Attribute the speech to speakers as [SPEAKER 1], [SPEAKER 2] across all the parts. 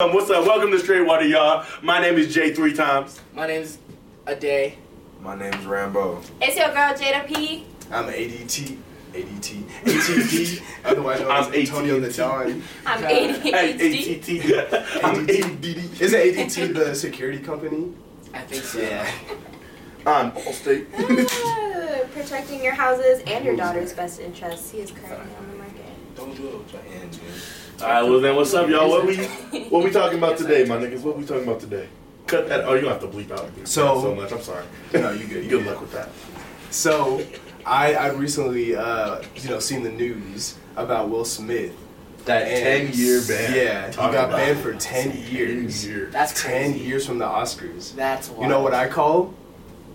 [SPEAKER 1] Um, what's up? Welcome to Straight Water, y'all. My name is Jay Three Times.
[SPEAKER 2] My name's Aday.
[SPEAKER 3] My name's Rambo.
[SPEAKER 4] It's your girl Jada P.
[SPEAKER 3] I'm ADT. ADT. ATD. Otherwise known as
[SPEAKER 1] I'm
[SPEAKER 3] Antonio the
[SPEAKER 1] ATT.
[SPEAKER 3] Don.
[SPEAKER 4] I'm
[SPEAKER 1] Hey,
[SPEAKER 4] ADHD.
[SPEAKER 1] ATT. I'm ADD.
[SPEAKER 3] Isn't ADT the security company?
[SPEAKER 2] I think so.
[SPEAKER 1] I'm Allstate.
[SPEAKER 4] Ah, Protecting your houses and your daughter's best interests. He is currently on the market.
[SPEAKER 2] Don't do it. Jack.
[SPEAKER 3] And uh,
[SPEAKER 1] All right, well then, what's up, y'all? What we what we talking about today, my niggas? What we talking about today? Cut that. Oh, you gonna have to bleep out
[SPEAKER 3] So-
[SPEAKER 1] so much. I'm sorry.
[SPEAKER 3] No, you good, you
[SPEAKER 1] Good
[SPEAKER 3] good.
[SPEAKER 1] luck with that.
[SPEAKER 3] so I I recently uh, you know seen the news about Will Smith.
[SPEAKER 1] That
[SPEAKER 3] And-
[SPEAKER 1] ten year ban.
[SPEAKER 3] Yeah, he
[SPEAKER 1] Talk
[SPEAKER 3] got
[SPEAKER 1] about
[SPEAKER 3] banned
[SPEAKER 1] it.
[SPEAKER 3] for ten years.
[SPEAKER 1] year.
[SPEAKER 2] That's
[SPEAKER 3] Ten
[SPEAKER 2] crazy.
[SPEAKER 3] years from the Oscars.
[SPEAKER 2] That's wild.
[SPEAKER 3] You know what I call?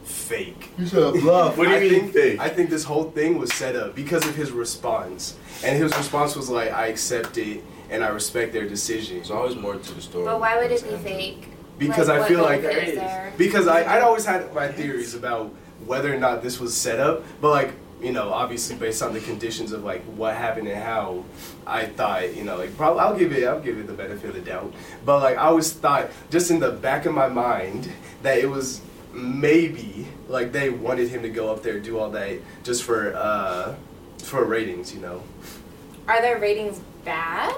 [SPEAKER 3] Fake.
[SPEAKER 1] You should have love. What do you
[SPEAKER 3] I
[SPEAKER 1] mean
[SPEAKER 3] think,
[SPEAKER 1] fake?
[SPEAKER 3] I think this whole thing was set up because of his response, and his response was like, "I accept it and I respect their decision."
[SPEAKER 5] There's always more to the story.
[SPEAKER 4] But why would it
[SPEAKER 5] It's
[SPEAKER 4] be
[SPEAKER 5] empty.
[SPEAKER 4] fake?
[SPEAKER 3] Because I feel
[SPEAKER 4] what
[SPEAKER 3] like
[SPEAKER 4] benefit
[SPEAKER 2] there is.
[SPEAKER 4] there?
[SPEAKER 3] Because I, I'd always had my theories about whether or not this was set up, but like, you know, obviously based on the conditions of like what happened and how I thought, you know, like probably I'll give it I'll give it the benefit of the doubt. But like I always thought just in the back of my mind that it was maybe like they wanted him to go up there do all that just for uh for ratings, you know.
[SPEAKER 4] Are their ratings bad?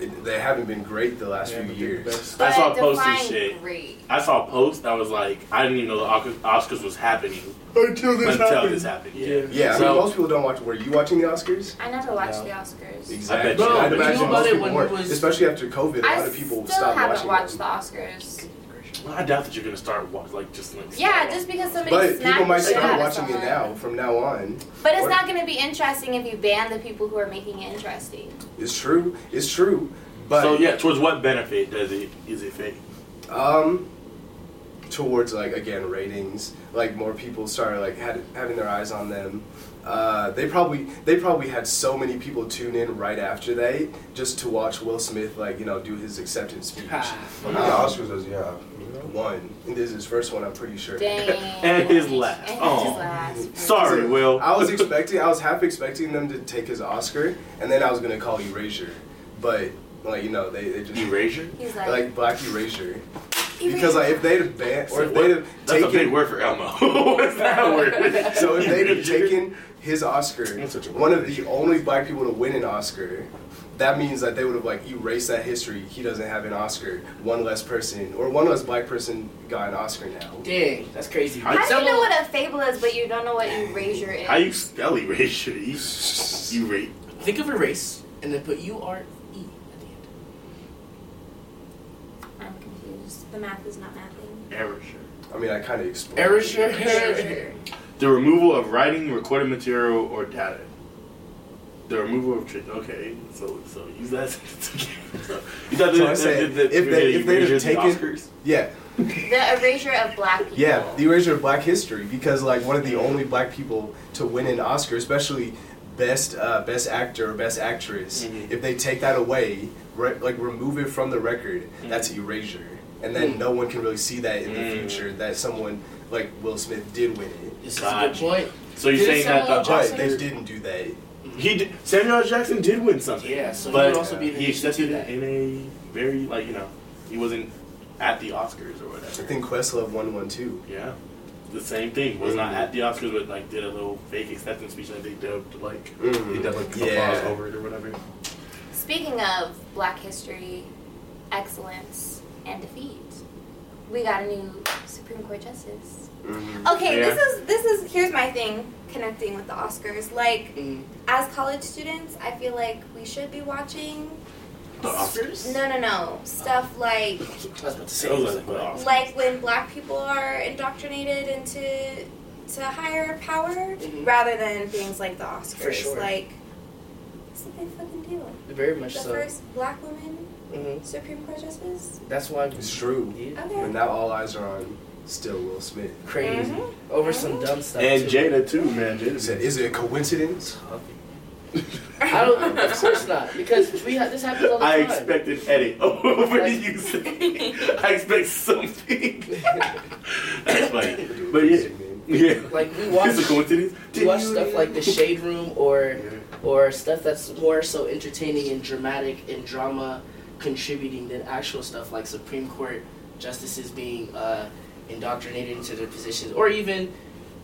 [SPEAKER 3] It- They haven't been great the last
[SPEAKER 5] Yeah,
[SPEAKER 3] few
[SPEAKER 5] but they're the
[SPEAKER 3] years.
[SPEAKER 5] best.
[SPEAKER 1] I saw
[SPEAKER 4] But
[SPEAKER 1] a post and
[SPEAKER 4] define
[SPEAKER 1] shit.
[SPEAKER 4] Great.
[SPEAKER 1] I saw a post that was like, I didn't even know the Osc- Oscars was happening
[SPEAKER 3] Until
[SPEAKER 1] until this happened. Yeah.
[SPEAKER 5] Yeah.
[SPEAKER 3] Yeah, I mean,
[SPEAKER 1] So-
[SPEAKER 3] most people don't watch. Were you watching the Oscars?
[SPEAKER 4] I never watched
[SPEAKER 5] No.
[SPEAKER 4] the Oscars.
[SPEAKER 1] Exactly. I bet
[SPEAKER 3] Bro,
[SPEAKER 1] you- I
[SPEAKER 3] I'd
[SPEAKER 1] bet you
[SPEAKER 3] imagine
[SPEAKER 1] knew
[SPEAKER 3] most
[SPEAKER 2] about it
[SPEAKER 3] people
[SPEAKER 2] when
[SPEAKER 3] weren't.
[SPEAKER 2] it was-
[SPEAKER 3] Especially after COVID, a lot
[SPEAKER 4] I
[SPEAKER 3] of people
[SPEAKER 4] still
[SPEAKER 3] stopped
[SPEAKER 4] haven't
[SPEAKER 3] watching.
[SPEAKER 4] watched the
[SPEAKER 3] them.
[SPEAKER 4] Oscars.
[SPEAKER 1] Well, I doubt that you're gonna start wa- like just like
[SPEAKER 4] Yeah, just because somebody
[SPEAKER 3] But
[SPEAKER 4] snapped
[SPEAKER 3] people might
[SPEAKER 4] the shit out
[SPEAKER 3] start
[SPEAKER 4] of
[SPEAKER 3] watching it
[SPEAKER 4] someone.
[SPEAKER 3] now. From now on,
[SPEAKER 4] But it's
[SPEAKER 3] Or-
[SPEAKER 4] not going to be interesting if you ban the people who are making it interesting.
[SPEAKER 3] it's true. It's true. But
[SPEAKER 1] so yeah, towards what benefit does it is it fake?
[SPEAKER 3] um, towards like again ratings, like more people started like had, having their eyes on them. Uh, they probably they probably had so many people tune in right after that just to watch Will Smith like you know do his acceptance speech.
[SPEAKER 2] Ah.
[SPEAKER 5] How many Oscars does he have?
[SPEAKER 3] One. And this is his first one. I'm pretty sure.
[SPEAKER 4] Dang.
[SPEAKER 1] And his last.
[SPEAKER 4] And his
[SPEAKER 1] Oh.
[SPEAKER 4] last.
[SPEAKER 1] Sorry, Will.
[SPEAKER 3] I was expecting, I was half expecting them to take his Oscar, and then I was gonna call Erasure, but like you know they, they just
[SPEAKER 1] erasure.
[SPEAKER 4] He's like,
[SPEAKER 3] like Black Erasure because like if they'd have banned or
[SPEAKER 1] Say
[SPEAKER 3] if
[SPEAKER 1] what?
[SPEAKER 3] they'd have
[SPEAKER 1] That's a big
[SPEAKER 3] taken
[SPEAKER 1] word for Elmo. What's that word?
[SPEAKER 3] so if they'd have
[SPEAKER 1] Erasure?
[SPEAKER 3] taken his Oscar,
[SPEAKER 1] That's such a
[SPEAKER 3] one of
[SPEAKER 1] word.
[SPEAKER 3] the only black people to win an Oscar. That means that they would have like erased that history. He doesn't have an Oscar. One less person, or one less black person, got an Oscar now.
[SPEAKER 2] Dang, that's crazy.
[SPEAKER 1] How
[SPEAKER 4] How do you
[SPEAKER 2] Someone-
[SPEAKER 4] know what a fable is, but you don't know what erasure is?
[SPEAKER 1] How you spell erasure? You, you rate.
[SPEAKER 2] Think of a race and then put U R E at the end.
[SPEAKER 4] I'm confused. The math is not mathing.
[SPEAKER 1] Erasure.
[SPEAKER 3] I mean, I kind of explained.
[SPEAKER 2] Erasure.
[SPEAKER 1] The removal of writing, recorded material, or data. The removal of tra- okay, so so use that. so, you thought
[SPEAKER 3] So I say, if they- if they
[SPEAKER 1] erasure
[SPEAKER 3] had
[SPEAKER 1] the
[SPEAKER 3] taken-
[SPEAKER 1] Oscars?
[SPEAKER 3] Yeah,
[SPEAKER 4] The erasure of black people.
[SPEAKER 3] Yeah, the erasure of black history because like one of the only black people to win an Oscar, especially best uh, best actor or best actress,
[SPEAKER 1] Mhm.
[SPEAKER 3] if they take that away, re- like remove it from the record, that's erasure, and then
[SPEAKER 2] Mm.
[SPEAKER 3] no one can really see that in
[SPEAKER 1] Mm-hmm. Mm.
[SPEAKER 3] the future that someone like Will Smith did win it,
[SPEAKER 2] This is a good
[SPEAKER 1] Gotcha.
[SPEAKER 2] point.
[SPEAKER 1] So you're
[SPEAKER 2] Did
[SPEAKER 1] saying that
[SPEAKER 2] Samuel
[SPEAKER 1] the
[SPEAKER 2] Jackson-
[SPEAKER 3] but
[SPEAKER 1] Oscars?
[SPEAKER 3] they didn't do that.
[SPEAKER 1] He did, Samuel L. Jackson did win something.
[SPEAKER 2] Yeah, so
[SPEAKER 1] but
[SPEAKER 2] he would also be in
[SPEAKER 1] he
[SPEAKER 2] addition to
[SPEAKER 1] accepted
[SPEAKER 2] that.
[SPEAKER 1] it in a very like you know he wasn't at the Oscars or
[SPEAKER 3] I
[SPEAKER 1] whatever.
[SPEAKER 3] think Questlove won one too.
[SPEAKER 1] Yeah, the same thing was not
[SPEAKER 3] Mhm.
[SPEAKER 2] Mm-hmm.
[SPEAKER 1] at the Oscars but like did a little fake acceptance speech that they dubbed like
[SPEAKER 3] Mhm.
[SPEAKER 2] Mm-hmm.
[SPEAKER 1] they dubbed like
[SPEAKER 3] Yeah.
[SPEAKER 1] applause over it or whatever.
[SPEAKER 4] Speaking of black history, excellence, and defeat, we got a new Supreme Court justice.
[SPEAKER 3] Mm-hmm.
[SPEAKER 4] Okay,
[SPEAKER 1] Yeah.
[SPEAKER 4] this is this is here's my thing connecting with the Oscars. Like
[SPEAKER 2] Mm.
[SPEAKER 4] as college students, I feel like we should be watching
[SPEAKER 1] The Oscars.
[SPEAKER 4] no no no stuff like
[SPEAKER 2] I was about to say.
[SPEAKER 1] That was
[SPEAKER 2] it's
[SPEAKER 1] like the
[SPEAKER 2] like,
[SPEAKER 1] Oscars.
[SPEAKER 4] like when black people are indoctrinated into to higher power
[SPEAKER 2] Mhm.
[SPEAKER 4] rather than things like the Oscars.
[SPEAKER 2] For sure.
[SPEAKER 4] Like that's what they fucking do.
[SPEAKER 2] Very much
[SPEAKER 4] The
[SPEAKER 2] so.
[SPEAKER 4] first black woman
[SPEAKER 2] hmm
[SPEAKER 4] Supreme Court justice. Uh-huh.
[SPEAKER 2] That's why.
[SPEAKER 3] It's true.
[SPEAKER 2] Yeah.
[SPEAKER 3] And
[SPEAKER 4] Okay.
[SPEAKER 3] now all eyes are on still Will Smith.
[SPEAKER 2] Crazy.
[SPEAKER 4] Mhm.
[SPEAKER 2] Over some dumb stuff.
[SPEAKER 1] And
[SPEAKER 2] too.
[SPEAKER 1] Jada too, man.
[SPEAKER 3] He
[SPEAKER 1] Jada
[SPEAKER 3] said, "Is it a coincidence?"
[SPEAKER 2] I don't. Of course not, because we have this happens all the
[SPEAKER 1] I
[SPEAKER 2] time.
[SPEAKER 1] expect an edit over
[SPEAKER 2] Like-
[SPEAKER 1] you saying. I expect something. That's funny. But yeah, yeah.
[SPEAKER 2] Like we watch,
[SPEAKER 1] It's a coincidence.
[SPEAKER 2] we watch stuff like The Shade Room or
[SPEAKER 1] Yeah.
[SPEAKER 2] or stuff that's more so entertaining and dramatic and drama contributing than actual stuff like Supreme Court justices being uh, indoctrinated into their positions, or even,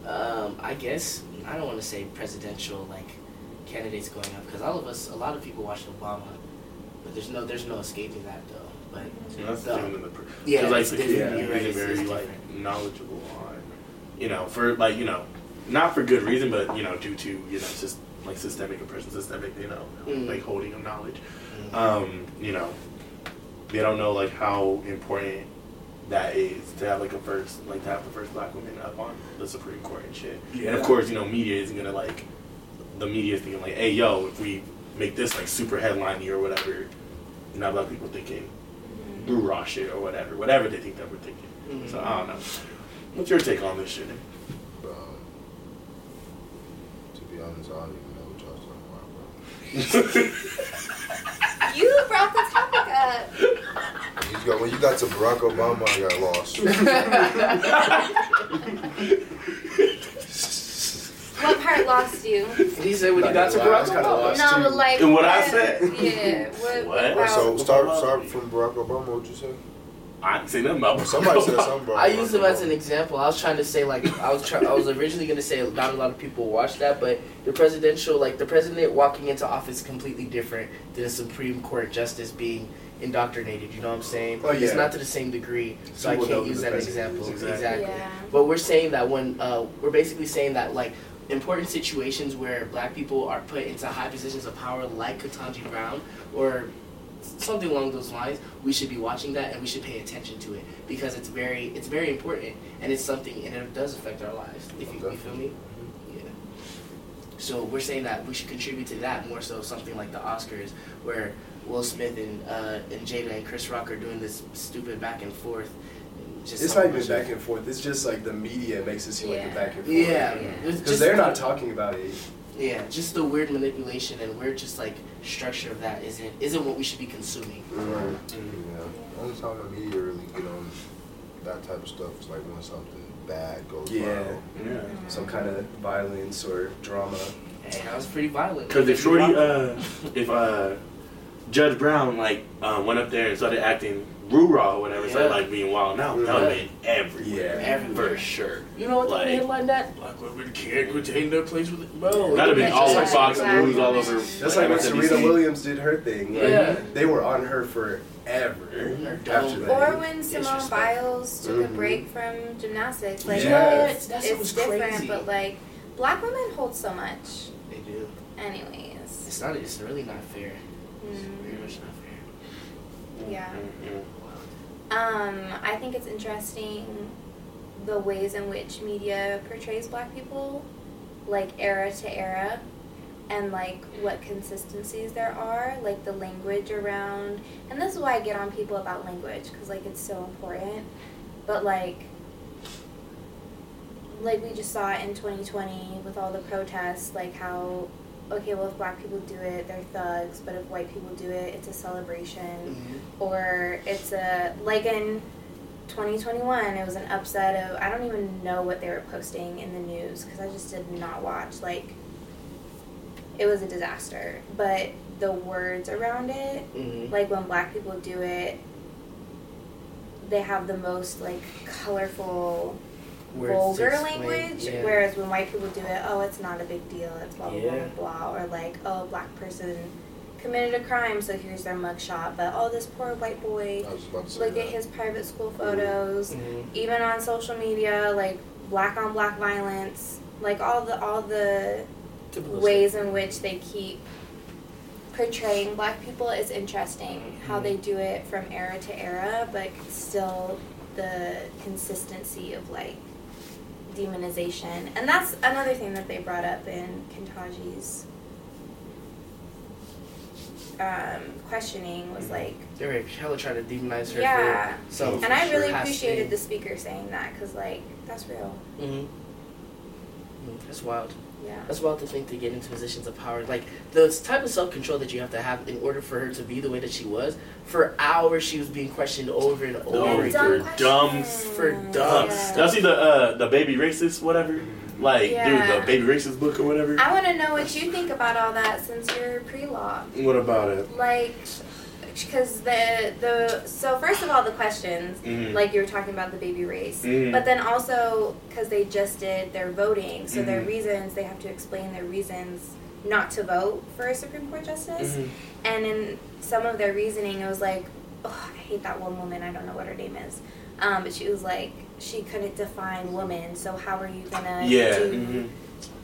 [SPEAKER 2] um, I guess, I don't want to say presidential like candidates going up because all of us, a lot of people watched Obama, but there's no there's no escaping that though. But
[SPEAKER 1] So that's the
[SPEAKER 2] No.
[SPEAKER 1] thing with the pre-
[SPEAKER 2] Yeah,
[SPEAKER 1] Cause, like
[SPEAKER 2] it's
[SPEAKER 1] the
[SPEAKER 2] different.
[SPEAKER 1] community
[SPEAKER 2] You're right,
[SPEAKER 1] is
[SPEAKER 2] it's-
[SPEAKER 1] very
[SPEAKER 2] it's
[SPEAKER 1] like
[SPEAKER 2] different.
[SPEAKER 1] knowledgeable on, you know, for like you know, not for good reason, but you know, due to you know, just like systemic oppression, systemic, you know,
[SPEAKER 2] Mm.
[SPEAKER 1] like holding of knowledge.
[SPEAKER 2] Mm.
[SPEAKER 1] Um, you know, they don't know like how important that is to have like a first, like to have the first black woman up on the Supreme Court and shit. And
[SPEAKER 5] Yeah.
[SPEAKER 1] of course, you know, media isn't gonna like the media is thinking like, hey, yo, if we make this like super headliney or whatever, not a lot of people thinking blue raw shit or whatever, whatever they think that we're thinking.
[SPEAKER 2] Mhm.
[SPEAKER 1] So I don't know. What's your take on this shit?
[SPEAKER 5] Bro, to be honest, I don't even know what y'all talking about, bro.
[SPEAKER 4] You brought the topic up.
[SPEAKER 5] When you got, when you got to Barack Obama, I got lost.
[SPEAKER 4] What part lost you?
[SPEAKER 2] He said when he
[SPEAKER 3] Like,
[SPEAKER 2] got to
[SPEAKER 3] wow,
[SPEAKER 2] Barack
[SPEAKER 3] it's kinda
[SPEAKER 2] Obama.
[SPEAKER 3] lost.
[SPEAKER 4] No,
[SPEAKER 3] too.
[SPEAKER 4] like.
[SPEAKER 1] And what I
[SPEAKER 4] what-
[SPEAKER 1] said.
[SPEAKER 4] Yeah. What?
[SPEAKER 1] What?
[SPEAKER 4] how-
[SPEAKER 5] so start start from Barack Obama. What'd you say?
[SPEAKER 1] I didn't say nothing about Barack
[SPEAKER 5] Somebody said
[SPEAKER 1] Obama.
[SPEAKER 5] something. Barack
[SPEAKER 2] I used him as
[SPEAKER 5] Obama.
[SPEAKER 2] an example. I was trying to say like I was try- I was originally gonna say not a lot of people watch that, but the presidential like the president walking into office is completely different than a Supreme Court justice being indoctrinated. You know what I'm saying?
[SPEAKER 3] Oh, yeah.
[SPEAKER 2] It's not to the same degree, so I
[SPEAKER 3] People know
[SPEAKER 2] can't
[SPEAKER 3] who
[SPEAKER 2] use
[SPEAKER 3] the
[SPEAKER 2] that
[SPEAKER 3] president
[SPEAKER 2] example.
[SPEAKER 1] is,
[SPEAKER 2] Exactly.
[SPEAKER 1] exactly.
[SPEAKER 4] Yeah.
[SPEAKER 2] But we're saying that when uh, we're basically saying that like important situations where black people are put into high positions of power, like Katanji Brown or something along those lines, we should be watching that and we should pay attention to it because it's very it's very important and it's something and it does affect our lives. If you, you feel me, yeah. So we're saying that we should contribute to that more so something like the Oscars where Will Smith and uh, and Jada and Chris Rock are doing this stupid back and forth. and Just
[SPEAKER 3] It's not
[SPEAKER 2] something-
[SPEAKER 3] even back and forth. It's just like the media makes it seem like
[SPEAKER 4] Yeah.
[SPEAKER 3] a back and forth.
[SPEAKER 2] Yeah,
[SPEAKER 4] Yeah.
[SPEAKER 2] it's
[SPEAKER 3] Because
[SPEAKER 2] just-
[SPEAKER 3] they're not talking about it.
[SPEAKER 2] Yeah, just the weird manipulation and weird just like structure of that isn't isn't what we should be consuming.
[SPEAKER 5] Right. Yeah. Only time the media really get on that type of stuff is like when something bad goes
[SPEAKER 3] Yeah.
[SPEAKER 5] viral.
[SPEAKER 1] Yeah.
[SPEAKER 3] Some kind of violence or drama.
[SPEAKER 2] Hey, that was pretty violent.
[SPEAKER 1] Because if Shorty, uh, if uh, Judge Brown like uh, went up there and started acting roo raw or whatever, started
[SPEAKER 2] Yeah.
[SPEAKER 1] like being wild now, that would
[SPEAKER 2] Yeah.
[SPEAKER 1] have been everywhere.
[SPEAKER 3] Yeah.
[SPEAKER 2] Everywhere.
[SPEAKER 1] For sure.
[SPEAKER 2] you know what
[SPEAKER 1] like-
[SPEAKER 2] the headline that
[SPEAKER 1] Black women can't retain their place with it.
[SPEAKER 2] bro,
[SPEAKER 1] That'd have been
[SPEAKER 2] that's
[SPEAKER 1] all over
[SPEAKER 2] just-
[SPEAKER 1] Fox
[SPEAKER 4] Exactly.
[SPEAKER 1] News, all over.
[SPEAKER 3] That's like when
[SPEAKER 1] MSNBC.
[SPEAKER 3] Serena Williams did her thing. Like,
[SPEAKER 2] Yeah.
[SPEAKER 3] They were on her forever
[SPEAKER 2] They're dumb.
[SPEAKER 3] after that.
[SPEAKER 4] Or when Simone
[SPEAKER 2] Disrespect.
[SPEAKER 4] Biles took a
[SPEAKER 3] Mhm.
[SPEAKER 4] break from gymnastics, like
[SPEAKER 3] Yeah.
[SPEAKER 4] it's,
[SPEAKER 2] That shit
[SPEAKER 4] it's
[SPEAKER 2] was
[SPEAKER 4] different,
[SPEAKER 2] crazy.
[SPEAKER 4] but like black women hold so much,
[SPEAKER 2] They do.
[SPEAKER 4] anyways.
[SPEAKER 2] It's not. It's really not fair. It's very
[SPEAKER 4] Mm.
[SPEAKER 2] much not fair.
[SPEAKER 4] Yeah.
[SPEAKER 1] Mm,
[SPEAKER 4] Um, I think it's interesting the ways in which media portrays black people, like era to era, and like what consistencies there are, like the language around. And this is why I get on people about language because like it's so important. But like, like we just saw in 2020 with all the protests, like how okay, well if black people do it, they're thugs, but if white people do it, it's a celebration
[SPEAKER 2] Mm-hmm.
[SPEAKER 4] or it's a like in 2021 it was an upset of i don't even know what they were posting in the news because i just did not watch like it was a disaster but the words around it
[SPEAKER 2] Mm-hmm.
[SPEAKER 4] like when black people do it they have the most like colorful vulgar language
[SPEAKER 2] Yeah.
[SPEAKER 4] whereas when white people do it oh it's not a big deal it's blah blah
[SPEAKER 2] Yeah.
[SPEAKER 4] blah blah blah or like oh a black person committed a crime so here's their mugshot but oh this poor white boy
[SPEAKER 5] I was just about to say
[SPEAKER 4] look at
[SPEAKER 5] that. Mm-hmm.
[SPEAKER 4] his private school photos
[SPEAKER 2] Mhm.
[SPEAKER 4] even on social media like black on black violence like all the all the
[SPEAKER 2] Typical
[SPEAKER 4] ways in which they keep portraying black people is interesting how they do it from era to era but still the consistency of like demonization and that's another thing that they brought up in Kintaji's um, questioning was like
[SPEAKER 2] shit. They're hella trying to demonize her.
[SPEAKER 4] yeah
[SPEAKER 2] For some
[SPEAKER 4] and I really
[SPEAKER 2] past
[SPEAKER 4] appreciated
[SPEAKER 2] thing.
[SPEAKER 4] the speaker saying that because, like, that's real.
[SPEAKER 2] Mhm. Mm, That's wild.
[SPEAKER 4] Yeah.
[SPEAKER 2] That's wild to think to get into positions of power. Like the type of self control that you have to have in order for her to be the way that she was. For hours, she was being questioned over and over.
[SPEAKER 1] No,
[SPEAKER 4] And
[SPEAKER 2] again.
[SPEAKER 1] for dumb-
[SPEAKER 4] questions.
[SPEAKER 2] for
[SPEAKER 1] Dumb.
[SPEAKER 2] Yeah.
[SPEAKER 1] Y'all see the uh, the baby racist whatever, like
[SPEAKER 4] Yeah.
[SPEAKER 1] dude, the baby racist book or whatever.
[SPEAKER 4] I want to know what you think about all that since you're pre law.
[SPEAKER 1] What about it?
[SPEAKER 4] Like, much because the the so first of all the questions
[SPEAKER 1] Mhm.
[SPEAKER 4] like you were talking about the baby race,
[SPEAKER 1] Mhm.
[SPEAKER 4] but then also because they just did their voting, so their
[SPEAKER 1] Mhm.
[SPEAKER 4] reasons they have to explain their reasons not to vote for a Supreme Court justice,
[SPEAKER 1] Mhm.
[SPEAKER 4] and in some of their reasoning it was like, oh, I hate that one woman. I don't know what her name is, um, but she was like she couldn't define woman, so how are you gonna
[SPEAKER 1] Yeah.
[SPEAKER 4] do
[SPEAKER 1] mhm.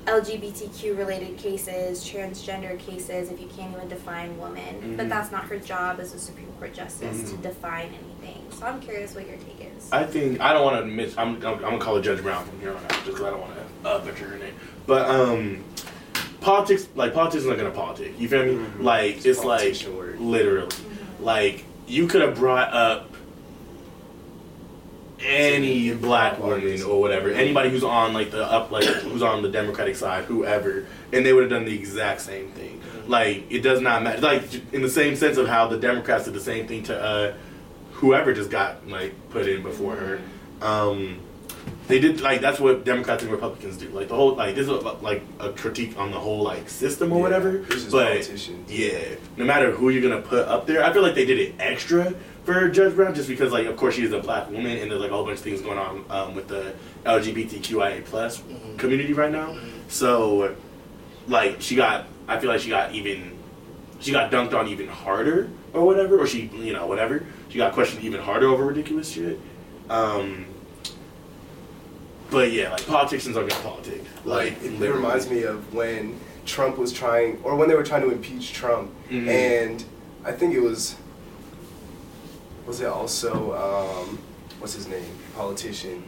[SPEAKER 4] LGBTQ related cases, transgender cases, if you can't even define women.
[SPEAKER 1] Mhm.
[SPEAKER 4] But that's not her job as a Supreme Court justice to
[SPEAKER 1] Mhm.
[SPEAKER 4] define anything. So I'm curious what your take is.
[SPEAKER 1] I think I don't want to admit. I'm, I'm, I'm gonna call her Judge Brown from here on out just 'cause I don't want to uh, butcher her name. But um, politics, like politics, is not gonna politic. You feel me?
[SPEAKER 3] Mhm.
[SPEAKER 1] Like it's,
[SPEAKER 3] a
[SPEAKER 1] like
[SPEAKER 3] politician word.
[SPEAKER 1] literally, like you could have brought up any black woman or whatever, anybody who's on like the up, like who's on the Democratic side, whoever, and they would have done the exact same thing. Like it does not matter. Like in the same sense of how the Democrats did the same thing to uh, whoever just got like put in before her. Um, they did like that's what Democrats and Republicans do. Like the whole like this is like a critique on the whole like system or
[SPEAKER 3] Yeah,
[SPEAKER 1] whatever.
[SPEAKER 3] it's just
[SPEAKER 1] But
[SPEAKER 3] politicians.
[SPEAKER 1] yeah, no matter who you're gonna put up there, I feel like they did it extra for Judge Brown just because like of course she is a black woman and there's like a whole bunch of things going on um, with the LGBTQIA plus
[SPEAKER 3] Mm-hmm.
[SPEAKER 2] Mhm.
[SPEAKER 1] community right now. So like she got I feel like she got even she got dunked on even harder or whatever or she you know whatever she got questioned even harder over ridiculous shit. Um, but yeah, like politicians are gonna politic.
[SPEAKER 3] Like it
[SPEAKER 1] literally.
[SPEAKER 3] reminds me of when Trump was trying, or when they were trying to impeach Trump,
[SPEAKER 1] Mhm.
[SPEAKER 3] and I think it was, was it also um, what's his name, politician,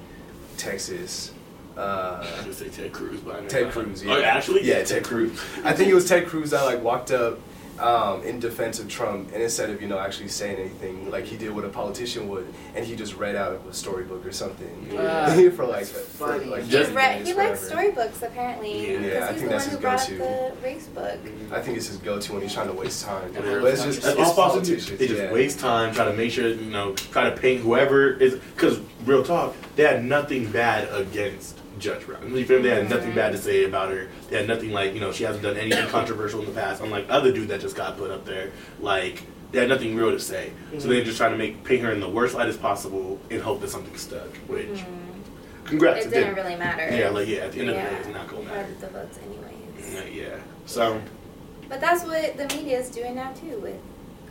[SPEAKER 3] Texas, uh,
[SPEAKER 1] I would say Ted Cruz, but I know
[SPEAKER 3] Ted
[SPEAKER 1] that.
[SPEAKER 3] Cruz. Yeah.
[SPEAKER 1] Oh, actually,
[SPEAKER 3] yeah, Ted Cruz. I think it was Ted Cruz that like walked up. Um, in defense of Trump, and instead of you know actually saying anything, like he did what a politician would, and he just read out of a storybook or something
[SPEAKER 2] Yeah.
[SPEAKER 3] for like,
[SPEAKER 2] Ah, That's
[SPEAKER 3] for,
[SPEAKER 2] funny.
[SPEAKER 3] like
[SPEAKER 1] Just-
[SPEAKER 3] 30
[SPEAKER 4] He, read,
[SPEAKER 3] minutes,
[SPEAKER 4] he likes
[SPEAKER 3] whatever.
[SPEAKER 4] storybooks apparently.
[SPEAKER 1] Yeah.
[SPEAKER 4] because
[SPEAKER 3] Yeah, I
[SPEAKER 4] he's
[SPEAKER 3] think
[SPEAKER 4] the
[SPEAKER 3] that's
[SPEAKER 4] one
[SPEAKER 3] his
[SPEAKER 4] who brought
[SPEAKER 3] go-to.
[SPEAKER 4] up the race book.
[SPEAKER 3] I think it's his go-to when he's trying to waste time.
[SPEAKER 1] Yeah.
[SPEAKER 3] But it's just
[SPEAKER 1] That's
[SPEAKER 3] it's
[SPEAKER 1] all possible. They
[SPEAKER 3] politicians.
[SPEAKER 1] just
[SPEAKER 3] yeah.
[SPEAKER 1] waste time trying to make sure, you know, trying to paint whoever is. Because real talk, they had nothing bad against Judge Brown. You feel me? They had nothing bad to say about her. They had nothing like, you know, she hasn't done anything controversial in the past. Unlike other dude that just got put up there, like they had nothing real to say. So they're just trying to make paint her in the worst light as possible and hope that something stuck. Which,
[SPEAKER 4] Hmm. Mm-hmm.
[SPEAKER 1] congrats,
[SPEAKER 4] It didn't really matter.
[SPEAKER 1] Yeah, like yeah, at the end of the
[SPEAKER 4] Yeah.
[SPEAKER 1] day, it's not gonna
[SPEAKER 4] Part
[SPEAKER 1] matter.
[SPEAKER 4] of the votes, anyways.
[SPEAKER 1] Yeah, Yeah, so.
[SPEAKER 4] But that's what the media is doing now too with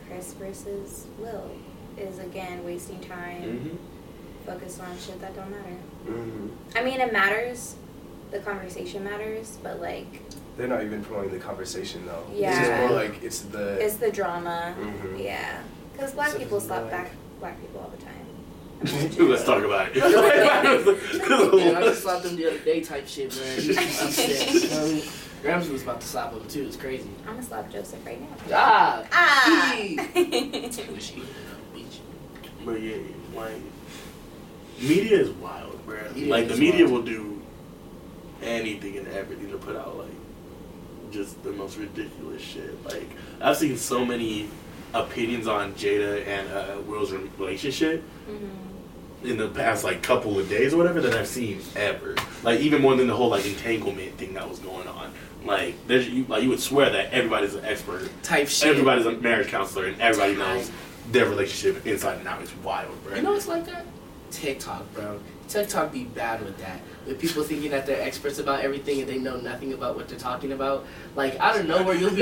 [SPEAKER 4] Chris versus Will. Is again wasting time,
[SPEAKER 3] Mm-hmm.
[SPEAKER 1] mhm.
[SPEAKER 4] focused on shit that don't matter.
[SPEAKER 3] Mhm.
[SPEAKER 4] I mean, it matters. The conversation matters, but like
[SPEAKER 3] They're not even promoting the conversation though. It's just
[SPEAKER 4] Yeah.
[SPEAKER 3] more like it's the.
[SPEAKER 4] it's the drama.
[SPEAKER 3] Mhm.
[SPEAKER 4] Yeah, because black
[SPEAKER 2] Mm-hmm. So
[SPEAKER 4] people
[SPEAKER 2] it's
[SPEAKER 4] slap
[SPEAKER 2] like-
[SPEAKER 4] back black people all the time.
[SPEAKER 1] Let's talk about it.
[SPEAKER 2] Man, I just slapped him the other day, type shit, man. He's upset. You know what I mean? Gramsci was about to slap him too. It's crazy.
[SPEAKER 4] I'm gonna slap Joseph right now.
[SPEAKER 2] Ah.
[SPEAKER 4] Ah.
[SPEAKER 2] Eee.
[SPEAKER 4] yeah,
[SPEAKER 2] Wish he would have beat you.
[SPEAKER 1] But yeah, like media is wild, bro.
[SPEAKER 2] Media
[SPEAKER 1] like the
[SPEAKER 2] is
[SPEAKER 1] media
[SPEAKER 2] wild.
[SPEAKER 1] will do anything and everything to put out like just the most ridiculous shit. Like I've seen so many opinions on Jada and uh, Will's relationship in the past like couple of days or whatever that I've seen ever. Like even more than the whole like entanglement thing that was going on. Like there's you like you would swear that everybody's an expert
[SPEAKER 2] Type shit.
[SPEAKER 1] Everybody's a marriage counselor, and everybody knows their relationship inside and out. It's wild, bro.
[SPEAKER 2] You know what's like that? TikTok, bro. TikTok be bad with that. With people thinking that they're experts about everything and they know nothing about what they're talking about. Like out of nowhere, you'll be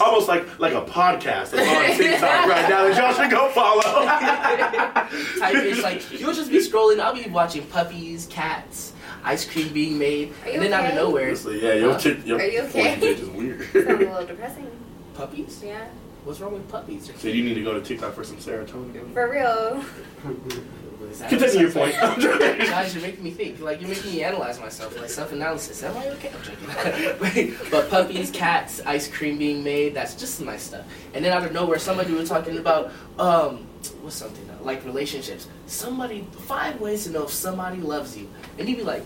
[SPEAKER 1] Almost like like a podcast that's on TikTok right now that y'all should go follow.
[SPEAKER 2] type is like you'll just be scrolling. I'll be watching puppies, cats, ice cream being made,
[SPEAKER 4] Are you
[SPEAKER 2] and then out of
[SPEAKER 4] okay?
[SPEAKER 2] nowhere,
[SPEAKER 1] Seriously, yeah, your
[SPEAKER 2] Huh?
[SPEAKER 1] chick, your
[SPEAKER 4] Are you okay?
[SPEAKER 1] your bitch is weird.
[SPEAKER 4] sounds a little depressing.
[SPEAKER 2] puppies.
[SPEAKER 4] Yeah,
[SPEAKER 2] What's wrong with puppies? They're
[SPEAKER 1] so you need to go to TikTok for some serotonin.
[SPEAKER 4] for real.
[SPEAKER 2] cute. Is that
[SPEAKER 1] Continue your point.
[SPEAKER 2] what it sounds like? Guys, you're making me think. Like you're making me analyze myself, like self-analysis. Am I okay? I'm joking. but puppies, cats, ice cream being made. That's just some nice stuff. And then out of nowhere, somebody was talking about um, what's something like relationships. Somebody five ways to know if somebody loves you, and you'd be like,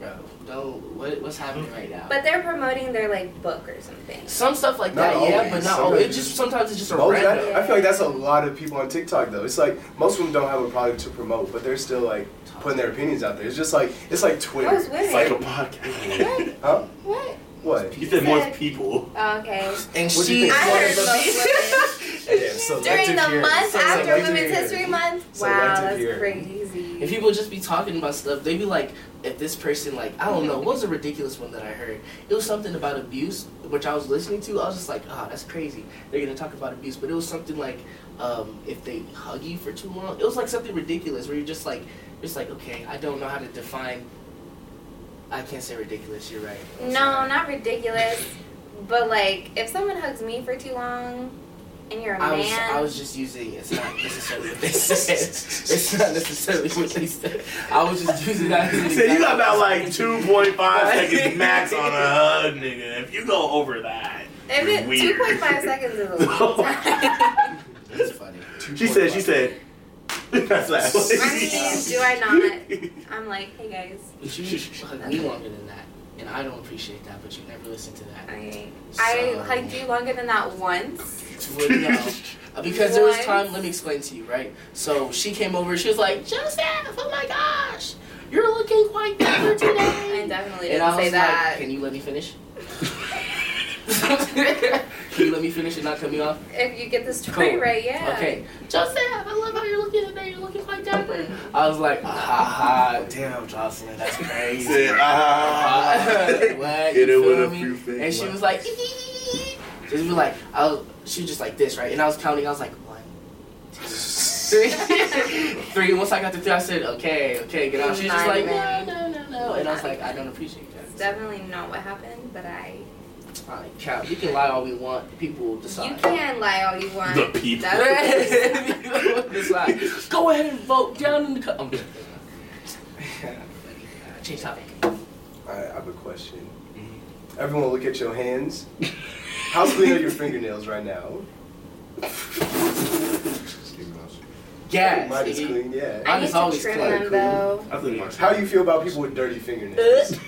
[SPEAKER 2] bro, don't. What, what's happening right now?
[SPEAKER 4] But they're promoting their like book or something.
[SPEAKER 2] Some stuff like
[SPEAKER 3] Not
[SPEAKER 2] that, yeah,
[SPEAKER 3] always.
[SPEAKER 2] but not
[SPEAKER 3] Some
[SPEAKER 2] always.
[SPEAKER 3] of
[SPEAKER 2] It
[SPEAKER 3] it
[SPEAKER 2] just sometimes it's just a
[SPEAKER 3] Most,
[SPEAKER 2] random.
[SPEAKER 3] I, I feel like that's a lot of people on TikTok though. It's like most of them don't have a product to promote, but they're still like putting their opinions out there. It's just like it's like Twitter.
[SPEAKER 4] Most women.
[SPEAKER 1] It's like a podcast.
[SPEAKER 3] Huh?
[SPEAKER 4] what?
[SPEAKER 3] What?
[SPEAKER 1] you said most people.
[SPEAKER 4] Oh, okay.
[SPEAKER 2] And
[SPEAKER 3] What do
[SPEAKER 2] she
[SPEAKER 3] you
[SPEAKER 4] I
[SPEAKER 3] think?
[SPEAKER 2] is one of
[SPEAKER 4] heard
[SPEAKER 2] the.
[SPEAKER 4] most women.
[SPEAKER 3] Yeah,
[SPEAKER 4] During
[SPEAKER 3] Selective
[SPEAKER 4] the
[SPEAKER 3] hearing.
[SPEAKER 4] month after
[SPEAKER 3] Selective
[SPEAKER 4] Women's
[SPEAKER 3] hearing.
[SPEAKER 4] History Month? Wow,
[SPEAKER 3] Selective
[SPEAKER 4] that's
[SPEAKER 3] hearing.
[SPEAKER 4] crazy.
[SPEAKER 2] And people just be talking about stuff. They be like, if this person, like, I don't know, what was a ridiculous one that I heard? It was something about abuse, which I was listening to. I was just like, ah, that's crazy. They're gonna talk about abuse, but it was something like, um, if they hug you for too long, it was like something ridiculous where you're just like, it's like, okay, I don't know how to define. I can't say ridiculous. You're right. I'm
[SPEAKER 4] no,
[SPEAKER 2] sorry.
[SPEAKER 4] not ridiculous. But like, if someone hugs me for too long, and you're a
[SPEAKER 2] I
[SPEAKER 4] man,
[SPEAKER 2] was, I was just using it's not necessarily what they said. It's not necessarily what they said. I was just using that. as an
[SPEAKER 1] Say you got
[SPEAKER 2] example.
[SPEAKER 1] about like two point five seconds max on a hug, nigga. If you go over that,
[SPEAKER 4] if
[SPEAKER 1] you're
[SPEAKER 4] it
[SPEAKER 1] weird.
[SPEAKER 4] two point five seconds is a long time.
[SPEAKER 2] That's funny.
[SPEAKER 1] She said. She said. That's that.
[SPEAKER 4] I mean, do I not? I'm like, hey guys,
[SPEAKER 2] But you hugged me longer than that, and I don't appreciate that. But you never listen to that.
[SPEAKER 4] I I hugged you longer than that once.
[SPEAKER 2] Well, no. Uh, Because there was
[SPEAKER 4] What?
[SPEAKER 2] time. Let me explain to you, right? So she came over. She was like, Joseph, oh my gosh, you're looking quite better
[SPEAKER 4] I
[SPEAKER 2] today.
[SPEAKER 4] definitely
[SPEAKER 2] And
[SPEAKER 4] didn't
[SPEAKER 2] I was
[SPEAKER 4] say
[SPEAKER 2] like,
[SPEAKER 4] that.
[SPEAKER 2] Can you let me finish? Can you let me finish and not cut me off?
[SPEAKER 4] if you get the story
[SPEAKER 2] Cool.
[SPEAKER 4] right, yeah.
[SPEAKER 2] Okay, Joseph, I love how you're looking today. You're looking quite dapper. I was like, ah, ha, ha. damn, Jocelyn, that's crazy.
[SPEAKER 1] Said, ah.
[SPEAKER 2] Ah, what?
[SPEAKER 1] Hit it
[SPEAKER 2] You
[SPEAKER 1] with
[SPEAKER 2] feel
[SPEAKER 1] a
[SPEAKER 2] me?
[SPEAKER 1] few fake
[SPEAKER 2] And she
[SPEAKER 1] ones.
[SPEAKER 2] was like, just be like, I was, she was just like this, right? And I was counting. I was like, one, two, three, three. Once I got to three, I said, okay, okay, get out. She's just like, no, no, no, no. And I was like, I don't appreciate
[SPEAKER 4] It's
[SPEAKER 2] that.
[SPEAKER 4] definitely not what happened, but I.
[SPEAKER 2] Fine, count. You can lie all we want. People will decide.
[SPEAKER 4] You can lie all you want.
[SPEAKER 1] The people.
[SPEAKER 4] That's-
[SPEAKER 2] Decide. Go ahead and vote down in the. Co- I'm kidding. Change topic.
[SPEAKER 3] I I have a question.
[SPEAKER 1] Mm-hmm.
[SPEAKER 3] Everyone, look at your hands. How clean are your fingernails right now?
[SPEAKER 2] Gas.
[SPEAKER 3] Mine is
[SPEAKER 2] nigga.
[SPEAKER 3] clean. Yeah.
[SPEAKER 4] I
[SPEAKER 2] Mine
[SPEAKER 4] need
[SPEAKER 2] is
[SPEAKER 4] to
[SPEAKER 2] always
[SPEAKER 4] trim
[SPEAKER 2] clean.
[SPEAKER 4] them though.
[SPEAKER 1] I think my
[SPEAKER 3] How do you feel about people with dirty fingernails?
[SPEAKER 4] Uh.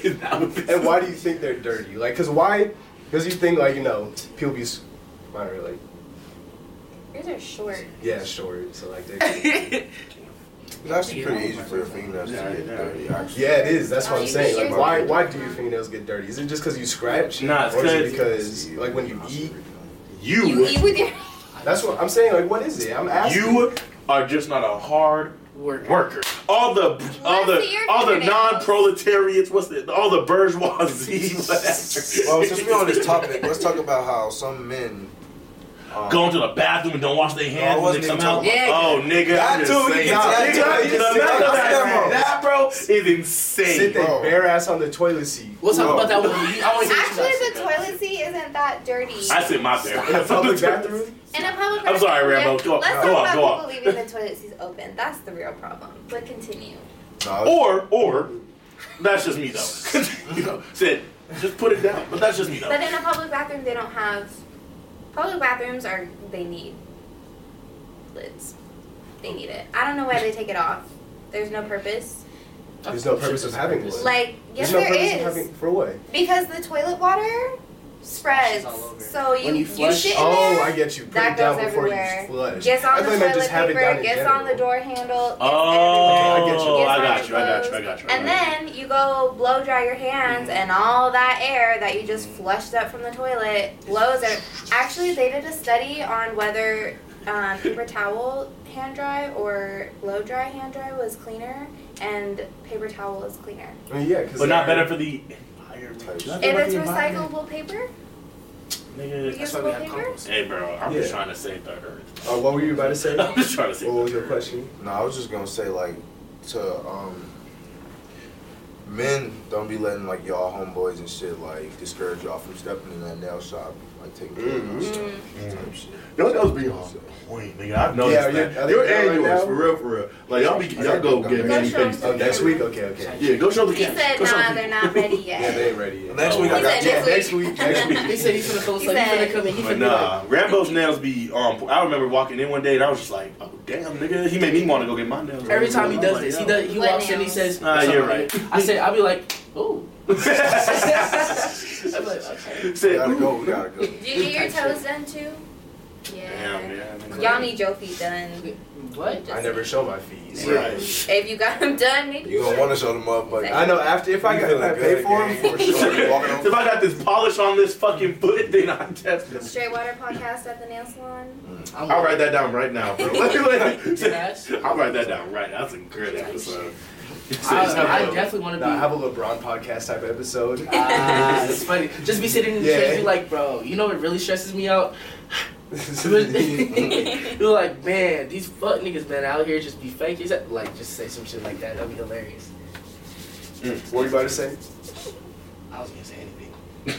[SPEAKER 1] that would be
[SPEAKER 3] and why do you think they're dirty? Like, cause why? Cause you think like you know people be s- mine are like
[SPEAKER 4] Yours are short.
[SPEAKER 3] yeah short, so like they.
[SPEAKER 5] It's actually pretty easy for your fingernails to
[SPEAKER 1] Yeah,
[SPEAKER 5] get
[SPEAKER 1] yeah.
[SPEAKER 5] dirty. Actually.
[SPEAKER 3] Yeah, it is. That's what I'm
[SPEAKER 4] Oh,
[SPEAKER 3] saying.
[SPEAKER 4] you-
[SPEAKER 3] Like, why why do your fingernails get dirty? Is it just because you scratch?
[SPEAKER 1] Nah, it's
[SPEAKER 3] or is
[SPEAKER 1] 'cause-
[SPEAKER 3] it because like when you eat?
[SPEAKER 1] you.
[SPEAKER 4] You eat with your
[SPEAKER 3] That's what I'm saying. Like, what is it? I'm asking.
[SPEAKER 1] You are just not a hard
[SPEAKER 2] Work.
[SPEAKER 1] worker. All the all
[SPEAKER 4] Let's see
[SPEAKER 1] the
[SPEAKER 4] your
[SPEAKER 1] all the
[SPEAKER 4] fingernails.
[SPEAKER 1] non-proletariats. What's the all the bourgeoisie? whatever.
[SPEAKER 5] Well, since we're on this topic, let's talk about how some men. Um,
[SPEAKER 1] Going to the bathroom and don't wash their
[SPEAKER 5] I
[SPEAKER 1] hands when
[SPEAKER 5] wasn't
[SPEAKER 1] they
[SPEAKER 5] even
[SPEAKER 1] come out.
[SPEAKER 5] talking
[SPEAKER 2] about-
[SPEAKER 1] Oh, nigga,
[SPEAKER 5] That
[SPEAKER 1] I'm just
[SPEAKER 5] too, you
[SPEAKER 1] saying.
[SPEAKER 5] can- that
[SPEAKER 1] Nigga,
[SPEAKER 5] too, you
[SPEAKER 1] the amount
[SPEAKER 5] can sit
[SPEAKER 1] of
[SPEAKER 5] down.
[SPEAKER 1] that, that, bro, is insane.
[SPEAKER 3] sit their
[SPEAKER 5] Bro.
[SPEAKER 3] bare ass on the toilet seat.
[SPEAKER 2] We'll talk
[SPEAKER 5] Whoa.
[SPEAKER 2] about that one. You- I want to hear what you
[SPEAKER 4] Actually,
[SPEAKER 2] guys
[SPEAKER 4] the
[SPEAKER 2] say.
[SPEAKER 4] toilet seat isn't that dirty.
[SPEAKER 1] I sit my bare
[SPEAKER 3] in a public bathroom.
[SPEAKER 4] In a public
[SPEAKER 1] I'm sorry,
[SPEAKER 4] restroom,
[SPEAKER 1] Rambo. Go on,
[SPEAKER 4] Let's
[SPEAKER 1] go
[SPEAKER 4] talk
[SPEAKER 1] on,
[SPEAKER 4] about
[SPEAKER 1] go on.
[SPEAKER 4] people leaving the toilet seats open. That's the real problem. But continue.
[SPEAKER 5] Nah,
[SPEAKER 1] Or or that's just me though. you know, said just put it down. But that's just me though.
[SPEAKER 4] But in a public bathroom, they don't have. Public bathrooms are they need lids. They need it. I don't know why they take it off. There's no purpose.
[SPEAKER 3] There's no purpose of having one.
[SPEAKER 4] Like
[SPEAKER 3] There's
[SPEAKER 4] yes,
[SPEAKER 3] no
[SPEAKER 4] there
[SPEAKER 3] purpose
[SPEAKER 4] is
[SPEAKER 3] in having for what?
[SPEAKER 4] because the toilet water
[SPEAKER 2] She's
[SPEAKER 4] spreads.
[SPEAKER 2] all over.
[SPEAKER 4] So you
[SPEAKER 2] When you
[SPEAKER 4] you,
[SPEAKER 2] flush-
[SPEAKER 4] shit in
[SPEAKER 3] Oh,
[SPEAKER 4] there,
[SPEAKER 3] I get you. Put
[SPEAKER 4] that
[SPEAKER 3] it down
[SPEAKER 4] goes
[SPEAKER 3] before
[SPEAKER 4] everywhere.
[SPEAKER 3] you flush.
[SPEAKER 4] gets on
[SPEAKER 3] I
[SPEAKER 4] the
[SPEAKER 3] thought you meant
[SPEAKER 4] toilet
[SPEAKER 3] just have it
[SPEAKER 4] paper,
[SPEAKER 3] down in
[SPEAKER 4] gets
[SPEAKER 3] general.
[SPEAKER 4] on the door handle. gets
[SPEAKER 1] Oh,
[SPEAKER 3] Okay,
[SPEAKER 1] I
[SPEAKER 3] I get you.
[SPEAKER 4] Yes,
[SPEAKER 1] got you. I got you. I
[SPEAKER 4] I
[SPEAKER 1] got you. I
[SPEAKER 4] And
[SPEAKER 1] got
[SPEAKER 4] then you go blow dry your hands, and all that air that you just flushed up from the toilet blows it. Actually, they did a study on whether um, paper towel hand dry or blow dry hand dry was cleaner, and paper towel is cleaner.
[SPEAKER 3] I mean, Uh, yeah, 'cause
[SPEAKER 1] you. but not
[SPEAKER 3] they're-
[SPEAKER 1] better for the environment. Nothing
[SPEAKER 4] If
[SPEAKER 1] about
[SPEAKER 4] it's
[SPEAKER 1] the environment.
[SPEAKER 4] recyclable paper,
[SPEAKER 1] Nigga.
[SPEAKER 2] That's why we have compost.
[SPEAKER 1] Hey, bro, I'm just
[SPEAKER 3] Yeah.
[SPEAKER 1] trying to save the earth.
[SPEAKER 3] Uh, what were you about to say?
[SPEAKER 1] I'm
[SPEAKER 3] what
[SPEAKER 1] just trying to save.
[SPEAKER 3] was
[SPEAKER 1] the
[SPEAKER 3] your
[SPEAKER 1] earth.
[SPEAKER 3] question?
[SPEAKER 5] No, I was just gonna say like to um men don't be letting like y'all homeboys and shit like discourage y'all from stepping in that nail shop, like taking care of
[SPEAKER 3] Mhm.
[SPEAKER 5] y'all stuff, type shit.
[SPEAKER 1] Y'all that was being on point, nigga. I've noticed
[SPEAKER 3] Yeah, yeah, I
[SPEAKER 1] that.
[SPEAKER 3] think
[SPEAKER 1] Your
[SPEAKER 3] y'all right
[SPEAKER 1] annuals,
[SPEAKER 3] now-
[SPEAKER 1] for real, for real. Like y'all be,
[SPEAKER 5] I
[SPEAKER 1] y'all
[SPEAKER 5] think
[SPEAKER 1] go
[SPEAKER 5] I'm
[SPEAKER 1] get
[SPEAKER 5] gonna-
[SPEAKER 1] many
[SPEAKER 4] Go show
[SPEAKER 1] faces.
[SPEAKER 3] Oh,
[SPEAKER 4] them.
[SPEAKER 3] next week? Okay, okay.
[SPEAKER 1] Yeah, go show the
[SPEAKER 4] he
[SPEAKER 1] kids.
[SPEAKER 4] said,
[SPEAKER 1] go show
[SPEAKER 4] "Nah,
[SPEAKER 1] the
[SPEAKER 4] they're
[SPEAKER 1] kids.
[SPEAKER 4] not ready yet."
[SPEAKER 3] Yeah, they ain't ready yet.
[SPEAKER 5] Next week
[SPEAKER 4] He
[SPEAKER 5] I got
[SPEAKER 4] said
[SPEAKER 5] yeah,
[SPEAKER 4] next
[SPEAKER 5] next
[SPEAKER 4] week.
[SPEAKER 5] week, next week.
[SPEAKER 2] He said he's gonna feel
[SPEAKER 4] He
[SPEAKER 2] like he's
[SPEAKER 4] said-
[SPEAKER 2] gonna come in. He's
[SPEAKER 1] But
[SPEAKER 2] gonna be
[SPEAKER 1] nah, Rambo's nails be on. point. I remember walking in one day and I was just like, "Oh damn, nigga!" He made me want to go get my nails.
[SPEAKER 2] like, every time he
[SPEAKER 1] I'm
[SPEAKER 2] does
[SPEAKER 1] like,
[SPEAKER 2] this, he
[SPEAKER 1] yo.
[SPEAKER 2] does. He
[SPEAKER 4] What
[SPEAKER 2] walks in. He
[SPEAKER 4] now?
[SPEAKER 2] says,
[SPEAKER 1] Nah, you're
[SPEAKER 2] "What's up, man?" I say, I'll be like, ooh. I'm like, okay.
[SPEAKER 5] We
[SPEAKER 1] Said,
[SPEAKER 5] gotta go,
[SPEAKER 1] "Ooh."
[SPEAKER 5] we gotta go.
[SPEAKER 4] Did you get your toes done too? Yeah.
[SPEAKER 1] Damn, man.
[SPEAKER 4] Y'all need your feet done.
[SPEAKER 2] What?
[SPEAKER 3] I never show my fees.
[SPEAKER 1] Right.
[SPEAKER 4] If you got them done, maybe
[SPEAKER 5] You gonna want to show them up, but
[SPEAKER 3] I know after if I
[SPEAKER 5] You
[SPEAKER 3] got
[SPEAKER 5] feeling
[SPEAKER 3] I
[SPEAKER 5] good
[SPEAKER 3] pay for
[SPEAKER 5] again,
[SPEAKER 3] them for sure.
[SPEAKER 5] You walking over-
[SPEAKER 1] if I got this polish on this fucking foot, then I'm testing.
[SPEAKER 4] Straight Water Podcast at the nail salon.
[SPEAKER 2] I'm
[SPEAKER 1] I'll write that down right now, bro. I'll write that down right now. That's a great episode.
[SPEAKER 2] I,
[SPEAKER 3] Just have
[SPEAKER 2] I
[SPEAKER 3] a-
[SPEAKER 2] definitely want to
[SPEAKER 3] Nah, I
[SPEAKER 2] be.
[SPEAKER 3] have a LeBron podcast type episode.
[SPEAKER 2] Ah, it's funny. Just be sitting in the chair and be
[SPEAKER 3] Yeah.
[SPEAKER 2] like, bro, you know what really stresses me out?
[SPEAKER 3] That'd
[SPEAKER 2] You're like, man, these fuck niggas, man, out here just be fake. Is that- Like, just say some shit like that. That'd be hilarious.
[SPEAKER 3] What were you about to say?
[SPEAKER 2] I was gonna say anything.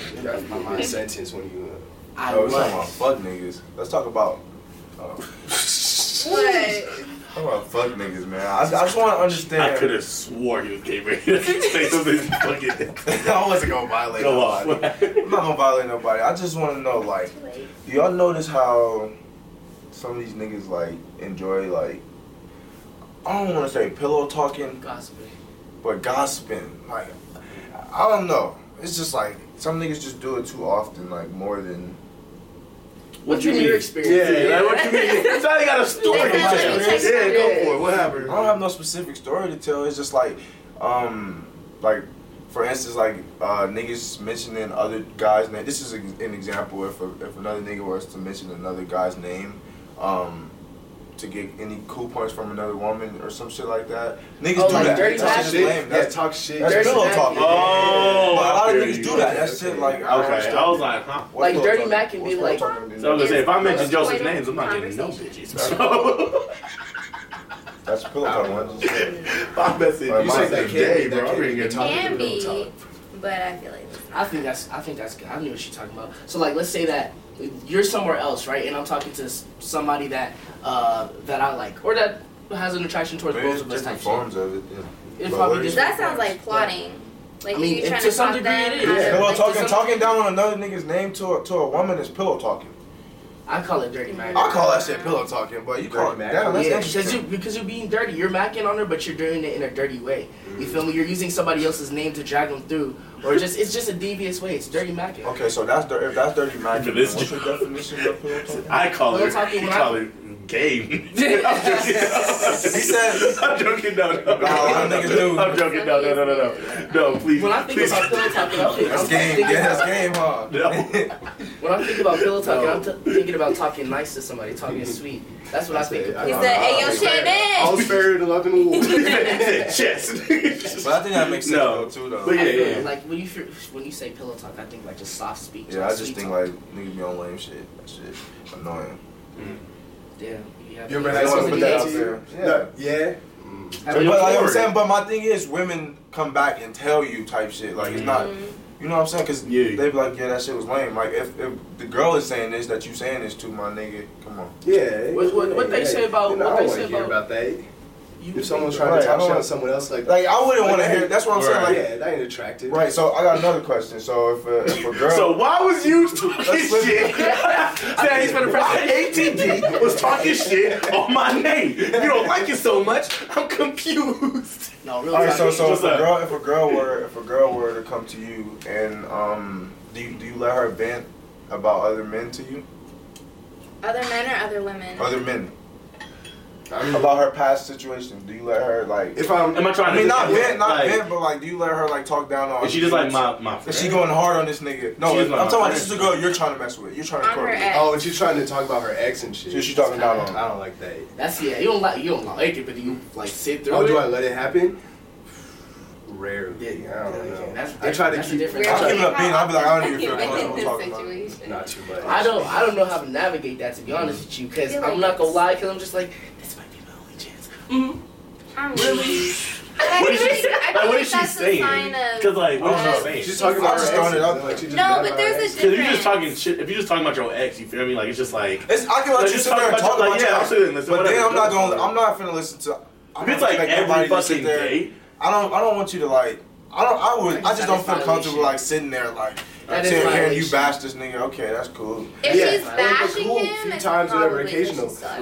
[SPEAKER 3] Yeah, you were in sentence when you. uh,
[SPEAKER 2] I
[SPEAKER 5] Oh, we're
[SPEAKER 2] was.
[SPEAKER 5] talking about fuck niggas. Let's talk about. Uh,
[SPEAKER 4] What?
[SPEAKER 5] talk about fuck niggas, man. I, I just want to understand.
[SPEAKER 1] I could have swore he was getting ready to say something fucking
[SPEAKER 5] I wasn't gonna violate
[SPEAKER 1] go off.
[SPEAKER 5] nobody. I'm not gonna violate nobody. I just want to know, like,
[SPEAKER 4] Too late.
[SPEAKER 5] do y'all notice how some of these niggas like enjoy like I don't want to say pillow talking,
[SPEAKER 2] Gossiping.
[SPEAKER 5] but gossiping. Like, I don't know. It's just like some niggas just do it too often, like more than.
[SPEAKER 2] What's your new
[SPEAKER 1] Yeah,
[SPEAKER 2] experience?
[SPEAKER 1] like what you mean? Somebody got a story to
[SPEAKER 5] Yeah,
[SPEAKER 1] tell.
[SPEAKER 4] it's like-
[SPEAKER 1] Yeah, go for it. What happened?
[SPEAKER 5] I don't have no specific story to tell. It's just like, um, like for instance, like uh, niggas mentioning other guys' name. This is a, an example. If a, if another nigga was to mention another guy's name, um, to get any cool points from another woman or some shit like that, niggas
[SPEAKER 2] Oh,
[SPEAKER 5] do
[SPEAKER 2] like
[SPEAKER 5] that.
[SPEAKER 2] dirty
[SPEAKER 5] That's
[SPEAKER 2] talk
[SPEAKER 5] just
[SPEAKER 3] shit.
[SPEAKER 5] lame.
[SPEAKER 3] Yeah,
[SPEAKER 5] That's,
[SPEAKER 3] talk shit.
[SPEAKER 5] that's
[SPEAKER 2] Dirty
[SPEAKER 5] pillow
[SPEAKER 2] talk.
[SPEAKER 5] talking.
[SPEAKER 1] Oh,
[SPEAKER 5] But a lot
[SPEAKER 1] I
[SPEAKER 5] of
[SPEAKER 1] feel
[SPEAKER 5] niggas
[SPEAKER 1] you.
[SPEAKER 5] do that. That's it. Like I don't
[SPEAKER 1] Okay, Oh.
[SPEAKER 5] understand.
[SPEAKER 1] I was like, huh?
[SPEAKER 5] What's
[SPEAKER 2] Like,
[SPEAKER 5] pillow
[SPEAKER 2] dirty
[SPEAKER 5] talking?
[SPEAKER 2] Mac can be
[SPEAKER 5] What's
[SPEAKER 2] like-
[SPEAKER 5] pillow talking?
[SPEAKER 1] So I was gonna say, if I mention
[SPEAKER 4] It's
[SPEAKER 1] Joseph's
[SPEAKER 4] quite a
[SPEAKER 1] names, I'm not getting no bitches.
[SPEAKER 4] conversation.
[SPEAKER 1] So
[SPEAKER 5] That's pillow talking. I'm just saying.
[SPEAKER 1] if I message
[SPEAKER 5] Like,
[SPEAKER 1] you
[SPEAKER 5] my
[SPEAKER 1] say
[SPEAKER 5] thing
[SPEAKER 1] that day, bro.
[SPEAKER 3] can't be- that
[SPEAKER 1] I'm
[SPEAKER 3] can't
[SPEAKER 1] gonna
[SPEAKER 3] be
[SPEAKER 1] get
[SPEAKER 3] talking.
[SPEAKER 1] talking.
[SPEAKER 4] Can
[SPEAKER 3] Topic of
[SPEAKER 4] be,
[SPEAKER 3] the
[SPEAKER 4] but I feel like
[SPEAKER 2] I think that's I think that's good. I knew what you're talking about. So like, let's say that you're somewhere else, right? And I'm talking to s- somebody that uh, that I like or that has an attraction towards
[SPEAKER 5] There's
[SPEAKER 2] both of us. type
[SPEAKER 5] different
[SPEAKER 2] shit.
[SPEAKER 5] forms of it. Yeah.
[SPEAKER 2] It's
[SPEAKER 5] But
[SPEAKER 2] probably
[SPEAKER 5] what is-
[SPEAKER 2] just
[SPEAKER 4] that sounds like plotting. Like
[SPEAKER 2] I mean,
[SPEAKER 4] if you're
[SPEAKER 2] and
[SPEAKER 4] trying
[SPEAKER 2] to
[SPEAKER 4] to
[SPEAKER 2] some
[SPEAKER 4] talk
[SPEAKER 2] degree
[SPEAKER 4] them
[SPEAKER 2] it
[SPEAKER 4] out
[SPEAKER 2] is.
[SPEAKER 4] of,
[SPEAKER 5] Pillow
[SPEAKER 4] like,
[SPEAKER 5] talking,
[SPEAKER 4] this-
[SPEAKER 5] talking down on another nigga's name to a, to a woman is pillow talking.
[SPEAKER 2] I call it dirty Mac.
[SPEAKER 5] I call that shit pillow talking, but you call it down. Oh, That's
[SPEAKER 2] Yeah, because you
[SPEAKER 5] interesting.
[SPEAKER 2] because you're being dirty. You're macking on her, but you're doing it in a dirty way. You feel me? You're using somebody else's name to drag them through, or just it's just a devious way. It's dirty macking.
[SPEAKER 5] Okay, so that's dir- if that's dirty magic.
[SPEAKER 1] For
[SPEAKER 5] then
[SPEAKER 1] this
[SPEAKER 5] What's your definition of pillow talking?
[SPEAKER 1] I call
[SPEAKER 2] We're
[SPEAKER 1] it.
[SPEAKER 2] talking
[SPEAKER 1] you
[SPEAKER 2] when I-
[SPEAKER 1] call it game. I'm joking. He
[SPEAKER 5] said-
[SPEAKER 1] I'm joking. No, no, no,
[SPEAKER 5] Nah, a lot
[SPEAKER 1] no,
[SPEAKER 5] of
[SPEAKER 1] no,
[SPEAKER 5] niggas do.
[SPEAKER 1] I'm joking. No, no, no, no, no. No, please.
[SPEAKER 2] When I think
[SPEAKER 1] please.
[SPEAKER 2] about pillow talking, I'm thinking,
[SPEAKER 5] That's
[SPEAKER 2] I'm
[SPEAKER 5] game.
[SPEAKER 2] thinking
[SPEAKER 5] Yeah, that's
[SPEAKER 2] about-
[SPEAKER 5] game, huh?
[SPEAKER 1] No.
[SPEAKER 2] When I'm thinking about pillow talking, I'm t- thinking about talking nice to somebody, talking sweet. That's what I think
[SPEAKER 3] it.
[SPEAKER 2] about.
[SPEAKER 3] I- uh,
[SPEAKER 4] He's
[SPEAKER 3] I-
[SPEAKER 4] the
[SPEAKER 3] I-
[SPEAKER 4] "Hey, yo,
[SPEAKER 3] I-
[SPEAKER 4] Shannon!"
[SPEAKER 3] All's fair in love and war.
[SPEAKER 1] Chest.
[SPEAKER 5] But I think that makes sense
[SPEAKER 1] No.
[SPEAKER 5] though, too, though.
[SPEAKER 1] But
[SPEAKER 2] I feel
[SPEAKER 1] yeah.
[SPEAKER 2] Like when you feel- when you say pillow talk, I think like just soft speech.
[SPEAKER 5] Yeah, I just
[SPEAKER 2] sweet
[SPEAKER 5] think
[SPEAKER 2] talk.
[SPEAKER 5] like niggas be on lame shit. That shit annoying.
[SPEAKER 2] damn. Yeah,
[SPEAKER 3] You ever
[SPEAKER 5] I
[SPEAKER 3] had
[SPEAKER 5] just wanna
[SPEAKER 3] someone
[SPEAKER 5] put that out there.
[SPEAKER 3] Yeah. Yeah. Mm.
[SPEAKER 5] But like I'm saying, but my thing is, women come back and tell you type shit. Like it's not,
[SPEAKER 2] Mm-hmm.
[SPEAKER 4] Mhm.
[SPEAKER 5] you know what I'm saying? Cause
[SPEAKER 1] Yeah.
[SPEAKER 5] they be like, yeah, that shit was lame. Like if, if the girl is saying this, that you saying this to my nigga, come on.
[SPEAKER 3] Yeah.
[SPEAKER 2] What- what- what they
[SPEAKER 3] yeah.
[SPEAKER 2] say about-
[SPEAKER 3] You know,
[SPEAKER 2] what
[SPEAKER 3] I
[SPEAKER 2] they
[SPEAKER 3] don't wanna
[SPEAKER 2] say
[SPEAKER 3] hear
[SPEAKER 2] about-
[SPEAKER 3] about that.
[SPEAKER 2] You-
[SPEAKER 3] If someone's trying
[SPEAKER 5] Right,
[SPEAKER 3] to
[SPEAKER 5] I
[SPEAKER 3] talk shit
[SPEAKER 5] don't-
[SPEAKER 3] on someone else, like,
[SPEAKER 5] Like I wouldn't want to hear. That's what I'm saying. Like
[SPEAKER 3] yeah, that ain't attractive.
[SPEAKER 5] Right, so I got another question. So if a, if a girl,
[SPEAKER 1] So why was you talking
[SPEAKER 5] Let's flip
[SPEAKER 1] shit?
[SPEAKER 5] it.
[SPEAKER 1] Saying he's for the president. ATD was talking shit on my name. You don't like it so much. I'm confused.
[SPEAKER 2] No, real
[SPEAKER 5] all right, so
[SPEAKER 2] talk.
[SPEAKER 5] so if
[SPEAKER 1] What's
[SPEAKER 5] a
[SPEAKER 1] up?
[SPEAKER 5] girl, if a girl were if a girl were to come to you and um, do you, do you let her vent about other men to you,
[SPEAKER 4] Other men or other women?
[SPEAKER 5] other men
[SPEAKER 3] I mean,
[SPEAKER 5] about her past situations? Do you let her like?
[SPEAKER 3] if I'm,
[SPEAKER 1] Am I trying
[SPEAKER 5] I mean,
[SPEAKER 1] to
[SPEAKER 5] not vent, not
[SPEAKER 1] like,
[SPEAKER 5] vent, but like, do you let her like talk down on?
[SPEAKER 1] Is she just like my my friend?
[SPEAKER 5] Is she going hard on this nigga? No,
[SPEAKER 1] She
[SPEAKER 5] I'm
[SPEAKER 1] is my
[SPEAKER 5] talking about
[SPEAKER 1] friend.
[SPEAKER 5] this is a girl you're trying to mess with. You're trying to
[SPEAKER 4] I'm her
[SPEAKER 5] court.
[SPEAKER 4] ex.
[SPEAKER 3] oh, and she's trying to talk about her ex and shit.
[SPEAKER 5] So she talking down on.
[SPEAKER 3] I don't like that.
[SPEAKER 2] That's yeah. You don't like you don't like it, but you like sit through
[SPEAKER 3] Oh,
[SPEAKER 2] it.
[SPEAKER 3] do I let it happen? Rarely. I
[SPEAKER 2] yeah,
[SPEAKER 3] don't
[SPEAKER 2] okay.
[SPEAKER 3] know.
[SPEAKER 2] That's
[SPEAKER 3] I try to
[SPEAKER 2] that's a
[SPEAKER 3] keep
[SPEAKER 2] different-
[SPEAKER 5] I'll keep it up,
[SPEAKER 4] How
[SPEAKER 5] being. I'll be like, I don't
[SPEAKER 4] often
[SPEAKER 5] even feel
[SPEAKER 4] are you in
[SPEAKER 5] comfortable
[SPEAKER 4] this
[SPEAKER 5] talking about. it.
[SPEAKER 4] situation?
[SPEAKER 3] not too much.
[SPEAKER 2] I don't I don't know how to navigate that to be honest with you because
[SPEAKER 4] Feel
[SPEAKER 2] I'm
[SPEAKER 4] like
[SPEAKER 2] not gonna
[SPEAKER 4] it's-
[SPEAKER 2] lie because I'm just like this might be my only chance.
[SPEAKER 4] I'm
[SPEAKER 2] Really?
[SPEAKER 4] really. I
[SPEAKER 1] What is
[SPEAKER 4] feel
[SPEAKER 1] she?
[SPEAKER 4] like- I
[SPEAKER 1] Like,
[SPEAKER 4] feel
[SPEAKER 1] what
[SPEAKER 4] like
[SPEAKER 1] is she
[SPEAKER 4] that's a
[SPEAKER 1] saying?
[SPEAKER 4] sign of-
[SPEAKER 1] Because like, what is
[SPEAKER 4] Uh,
[SPEAKER 1] she saying?
[SPEAKER 3] She's talking
[SPEAKER 5] I
[SPEAKER 3] about her
[SPEAKER 5] just
[SPEAKER 3] ex.
[SPEAKER 5] throwing it out
[SPEAKER 3] like,
[SPEAKER 5] there.
[SPEAKER 3] she just
[SPEAKER 4] No,
[SPEAKER 3] mad
[SPEAKER 4] but
[SPEAKER 3] about her
[SPEAKER 4] there's
[SPEAKER 3] ex.
[SPEAKER 1] Because
[SPEAKER 4] a difference.
[SPEAKER 1] if you're just talking shit, if you're just talking about your ex, you feel me? Like it's just like.
[SPEAKER 5] It's, I can let
[SPEAKER 1] Like,
[SPEAKER 5] you
[SPEAKER 1] just
[SPEAKER 5] sit
[SPEAKER 1] talk
[SPEAKER 5] there and
[SPEAKER 1] about
[SPEAKER 5] talk
[SPEAKER 1] your-
[SPEAKER 5] about
[SPEAKER 1] like,
[SPEAKER 5] your
[SPEAKER 1] yeah,
[SPEAKER 5] ex.
[SPEAKER 1] I'll sit and listen,
[SPEAKER 5] But then
[SPEAKER 1] whatever.
[SPEAKER 5] I'm not gonna. I'm not finna listen to. I
[SPEAKER 1] If it's
[SPEAKER 5] don't
[SPEAKER 1] like
[SPEAKER 5] expect
[SPEAKER 1] every
[SPEAKER 5] nobody to sit
[SPEAKER 1] fucking
[SPEAKER 5] there.
[SPEAKER 1] day,
[SPEAKER 5] I don't. I don't want you to like. I don't. I would. I just don't feel
[SPEAKER 2] Satisfy
[SPEAKER 5] comfortable
[SPEAKER 2] shit.
[SPEAKER 5] like sitting there like.
[SPEAKER 2] That
[SPEAKER 5] I'm
[SPEAKER 2] is
[SPEAKER 5] sitting here and you
[SPEAKER 2] violation.
[SPEAKER 5] bash this nigga. Okay, that's cool.
[SPEAKER 4] If
[SPEAKER 3] Yeah,
[SPEAKER 4] she's
[SPEAKER 3] like,
[SPEAKER 4] bashing
[SPEAKER 3] cool,
[SPEAKER 4] him,
[SPEAKER 3] few
[SPEAKER 4] it's
[SPEAKER 3] times or
[SPEAKER 4] probably
[SPEAKER 3] whatever, occasional.
[SPEAKER 4] because she sucks.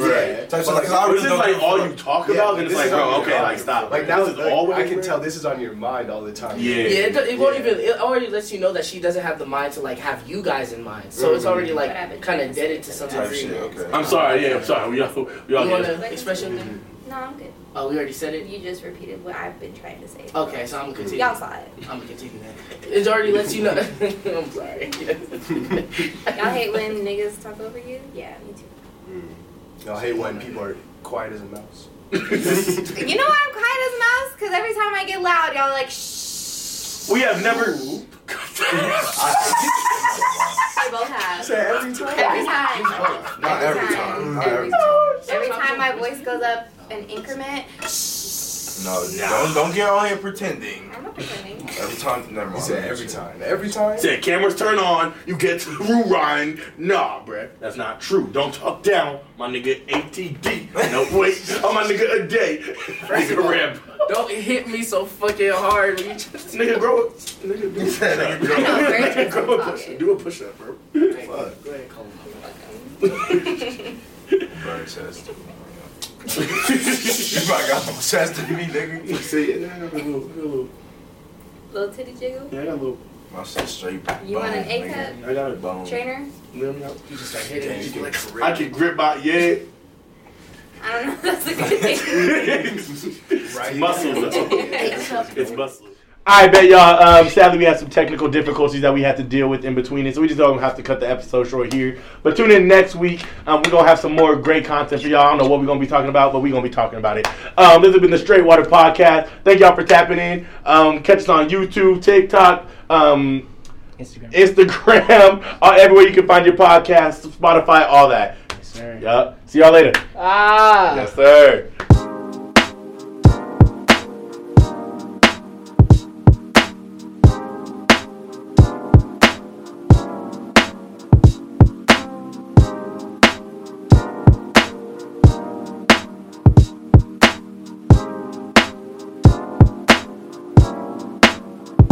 [SPEAKER 3] Types
[SPEAKER 5] Right. But,
[SPEAKER 3] of-
[SPEAKER 5] like, 'cause I
[SPEAKER 1] This
[SPEAKER 5] really
[SPEAKER 1] is
[SPEAKER 5] don't
[SPEAKER 1] like
[SPEAKER 5] give a
[SPEAKER 1] all
[SPEAKER 5] fuck.
[SPEAKER 1] you talk
[SPEAKER 3] Yeah,
[SPEAKER 1] about,
[SPEAKER 3] but
[SPEAKER 1] and it's
[SPEAKER 3] this
[SPEAKER 1] like,
[SPEAKER 3] is all
[SPEAKER 1] bro,
[SPEAKER 3] you
[SPEAKER 1] okay,
[SPEAKER 3] got.
[SPEAKER 1] like stop.
[SPEAKER 3] Like now,
[SPEAKER 1] this
[SPEAKER 3] like,
[SPEAKER 1] is always
[SPEAKER 3] I can
[SPEAKER 1] where-
[SPEAKER 3] tell this is on your mind all the time.
[SPEAKER 1] Yeah.
[SPEAKER 2] Yeah, it, do- it won't
[SPEAKER 3] Yeah.
[SPEAKER 2] even. It already lets you know that she doesn't have the mind to like have you guys in mind. So it's already like
[SPEAKER 4] Whatever.
[SPEAKER 2] kind of dead to some
[SPEAKER 5] Type
[SPEAKER 2] degree.
[SPEAKER 5] shit, okay.
[SPEAKER 1] I'm sorry. Yeah, I'm sorry. We all we all
[SPEAKER 2] You
[SPEAKER 1] get it.
[SPEAKER 2] wanna express your thing?
[SPEAKER 4] No, I'm good.
[SPEAKER 2] Oh, we already said it.
[SPEAKER 4] You just repeated what I've been trying to say.
[SPEAKER 2] Okay, so I'm gonna continue.
[SPEAKER 4] Y'all saw it.
[SPEAKER 2] I'm gonna continue that. It already lets you know. I'm sorry.
[SPEAKER 4] Y'all hate when niggas talk over you? Yeah, me too.
[SPEAKER 3] I hate when people are quiet as a mouse.
[SPEAKER 4] You know why I'm quiet as a mouse? Because every time I get loud, y'all like shh.
[SPEAKER 1] We have never.
[SPEAKER 4] I both have.
[SPEAKER 3] Say every time.
[SPEAKER 4] Every time.
[SPEAKER 5] Not every time.
[SPEAKER 1] Uh,
[SPEAKER 5] Not every
[SPEAKER 4] Every
[SPEAKER 5] time.
[SPEAKER 4] time. Every time my voice goes up an increment,
[SPEAKER 5] No, don't don't get on here pretending.
[SPEAKER 4] I'm not pretending.
[SPEAKER 5] Every time, never mind.
[SPEAKER 3] You say every time. Every time.
[SPEAKER 1] Said cameras turn on, you get to rewind. Nah, bruh, that's not true. Don't talk down, my nigga. ATD. No wait, I'm my nigga a day. nigga rap.
[SPEAKER 2] Don't hit me so fucking hard. when you just-
[SPEAKER 1] Nigga grow up. Nigga do a push up.
[SPEAKER 4] right?
[SPEAKER 1] grow a push up. Do a push up, bro.
[SPEAKER 2] Go ahead, Cole.
[SPEAKER 5] Burn chest. you probably got more chest than me, nigga.
[SPEAKER 1] See, yeah, I got a little, I got a little,
[SPEAKER 4] Little titty jiggle.
[SPEAKER 1] yeah, I got a little.
[SPEAKER 5] My shit straight.
[SPEAKER 4] You want an A
[SPEAKER 5] bones, nigga.
[SPEAKER 1] I got a.
[SPEAKER 5] Bone.
[SPEAKER 4] Trainer?
[SPEAKER 1] You know what I'm
[SPEAKER 2] You just start hitting it. You just
[SPEAKER 1] saying? I
[SPEAKER 2] like,
[SPEAKER 1] can grip out, yeah.
[SPEAKER 4] I don't know if that's a good thing.
[SPEAKER 3] Right.
[SPEAKER 1] Muscles.
[SPEAKER 4] It's
[SPEAKER 1] It's muscle. All right, bet y'all. Um, sadly, we had some technical difficulties that we had to deal with in between it, so we just don't have to cut the episode short here. But tune in next week. Um, we're gonna have some more great content for y'all. I don't know what we're gonna be talking about, but we're gonna be talking about it. Um, this has been the Straight Water Podcast. Thank y'all for tapping in. Um, catch us on YouTube, TikTok. Um,
[SPEAKER 2] Instagram.
[SPEAKER 1] Instagram, all, everywhere you can find your podcast, Spotify, all that.
[SPEAKER 2] Yes, sir.
[SPEAKER 1] Yup. See y'all later.
[SPEAKER 2] Ah.
[SPEAKER 1] Yes, sir.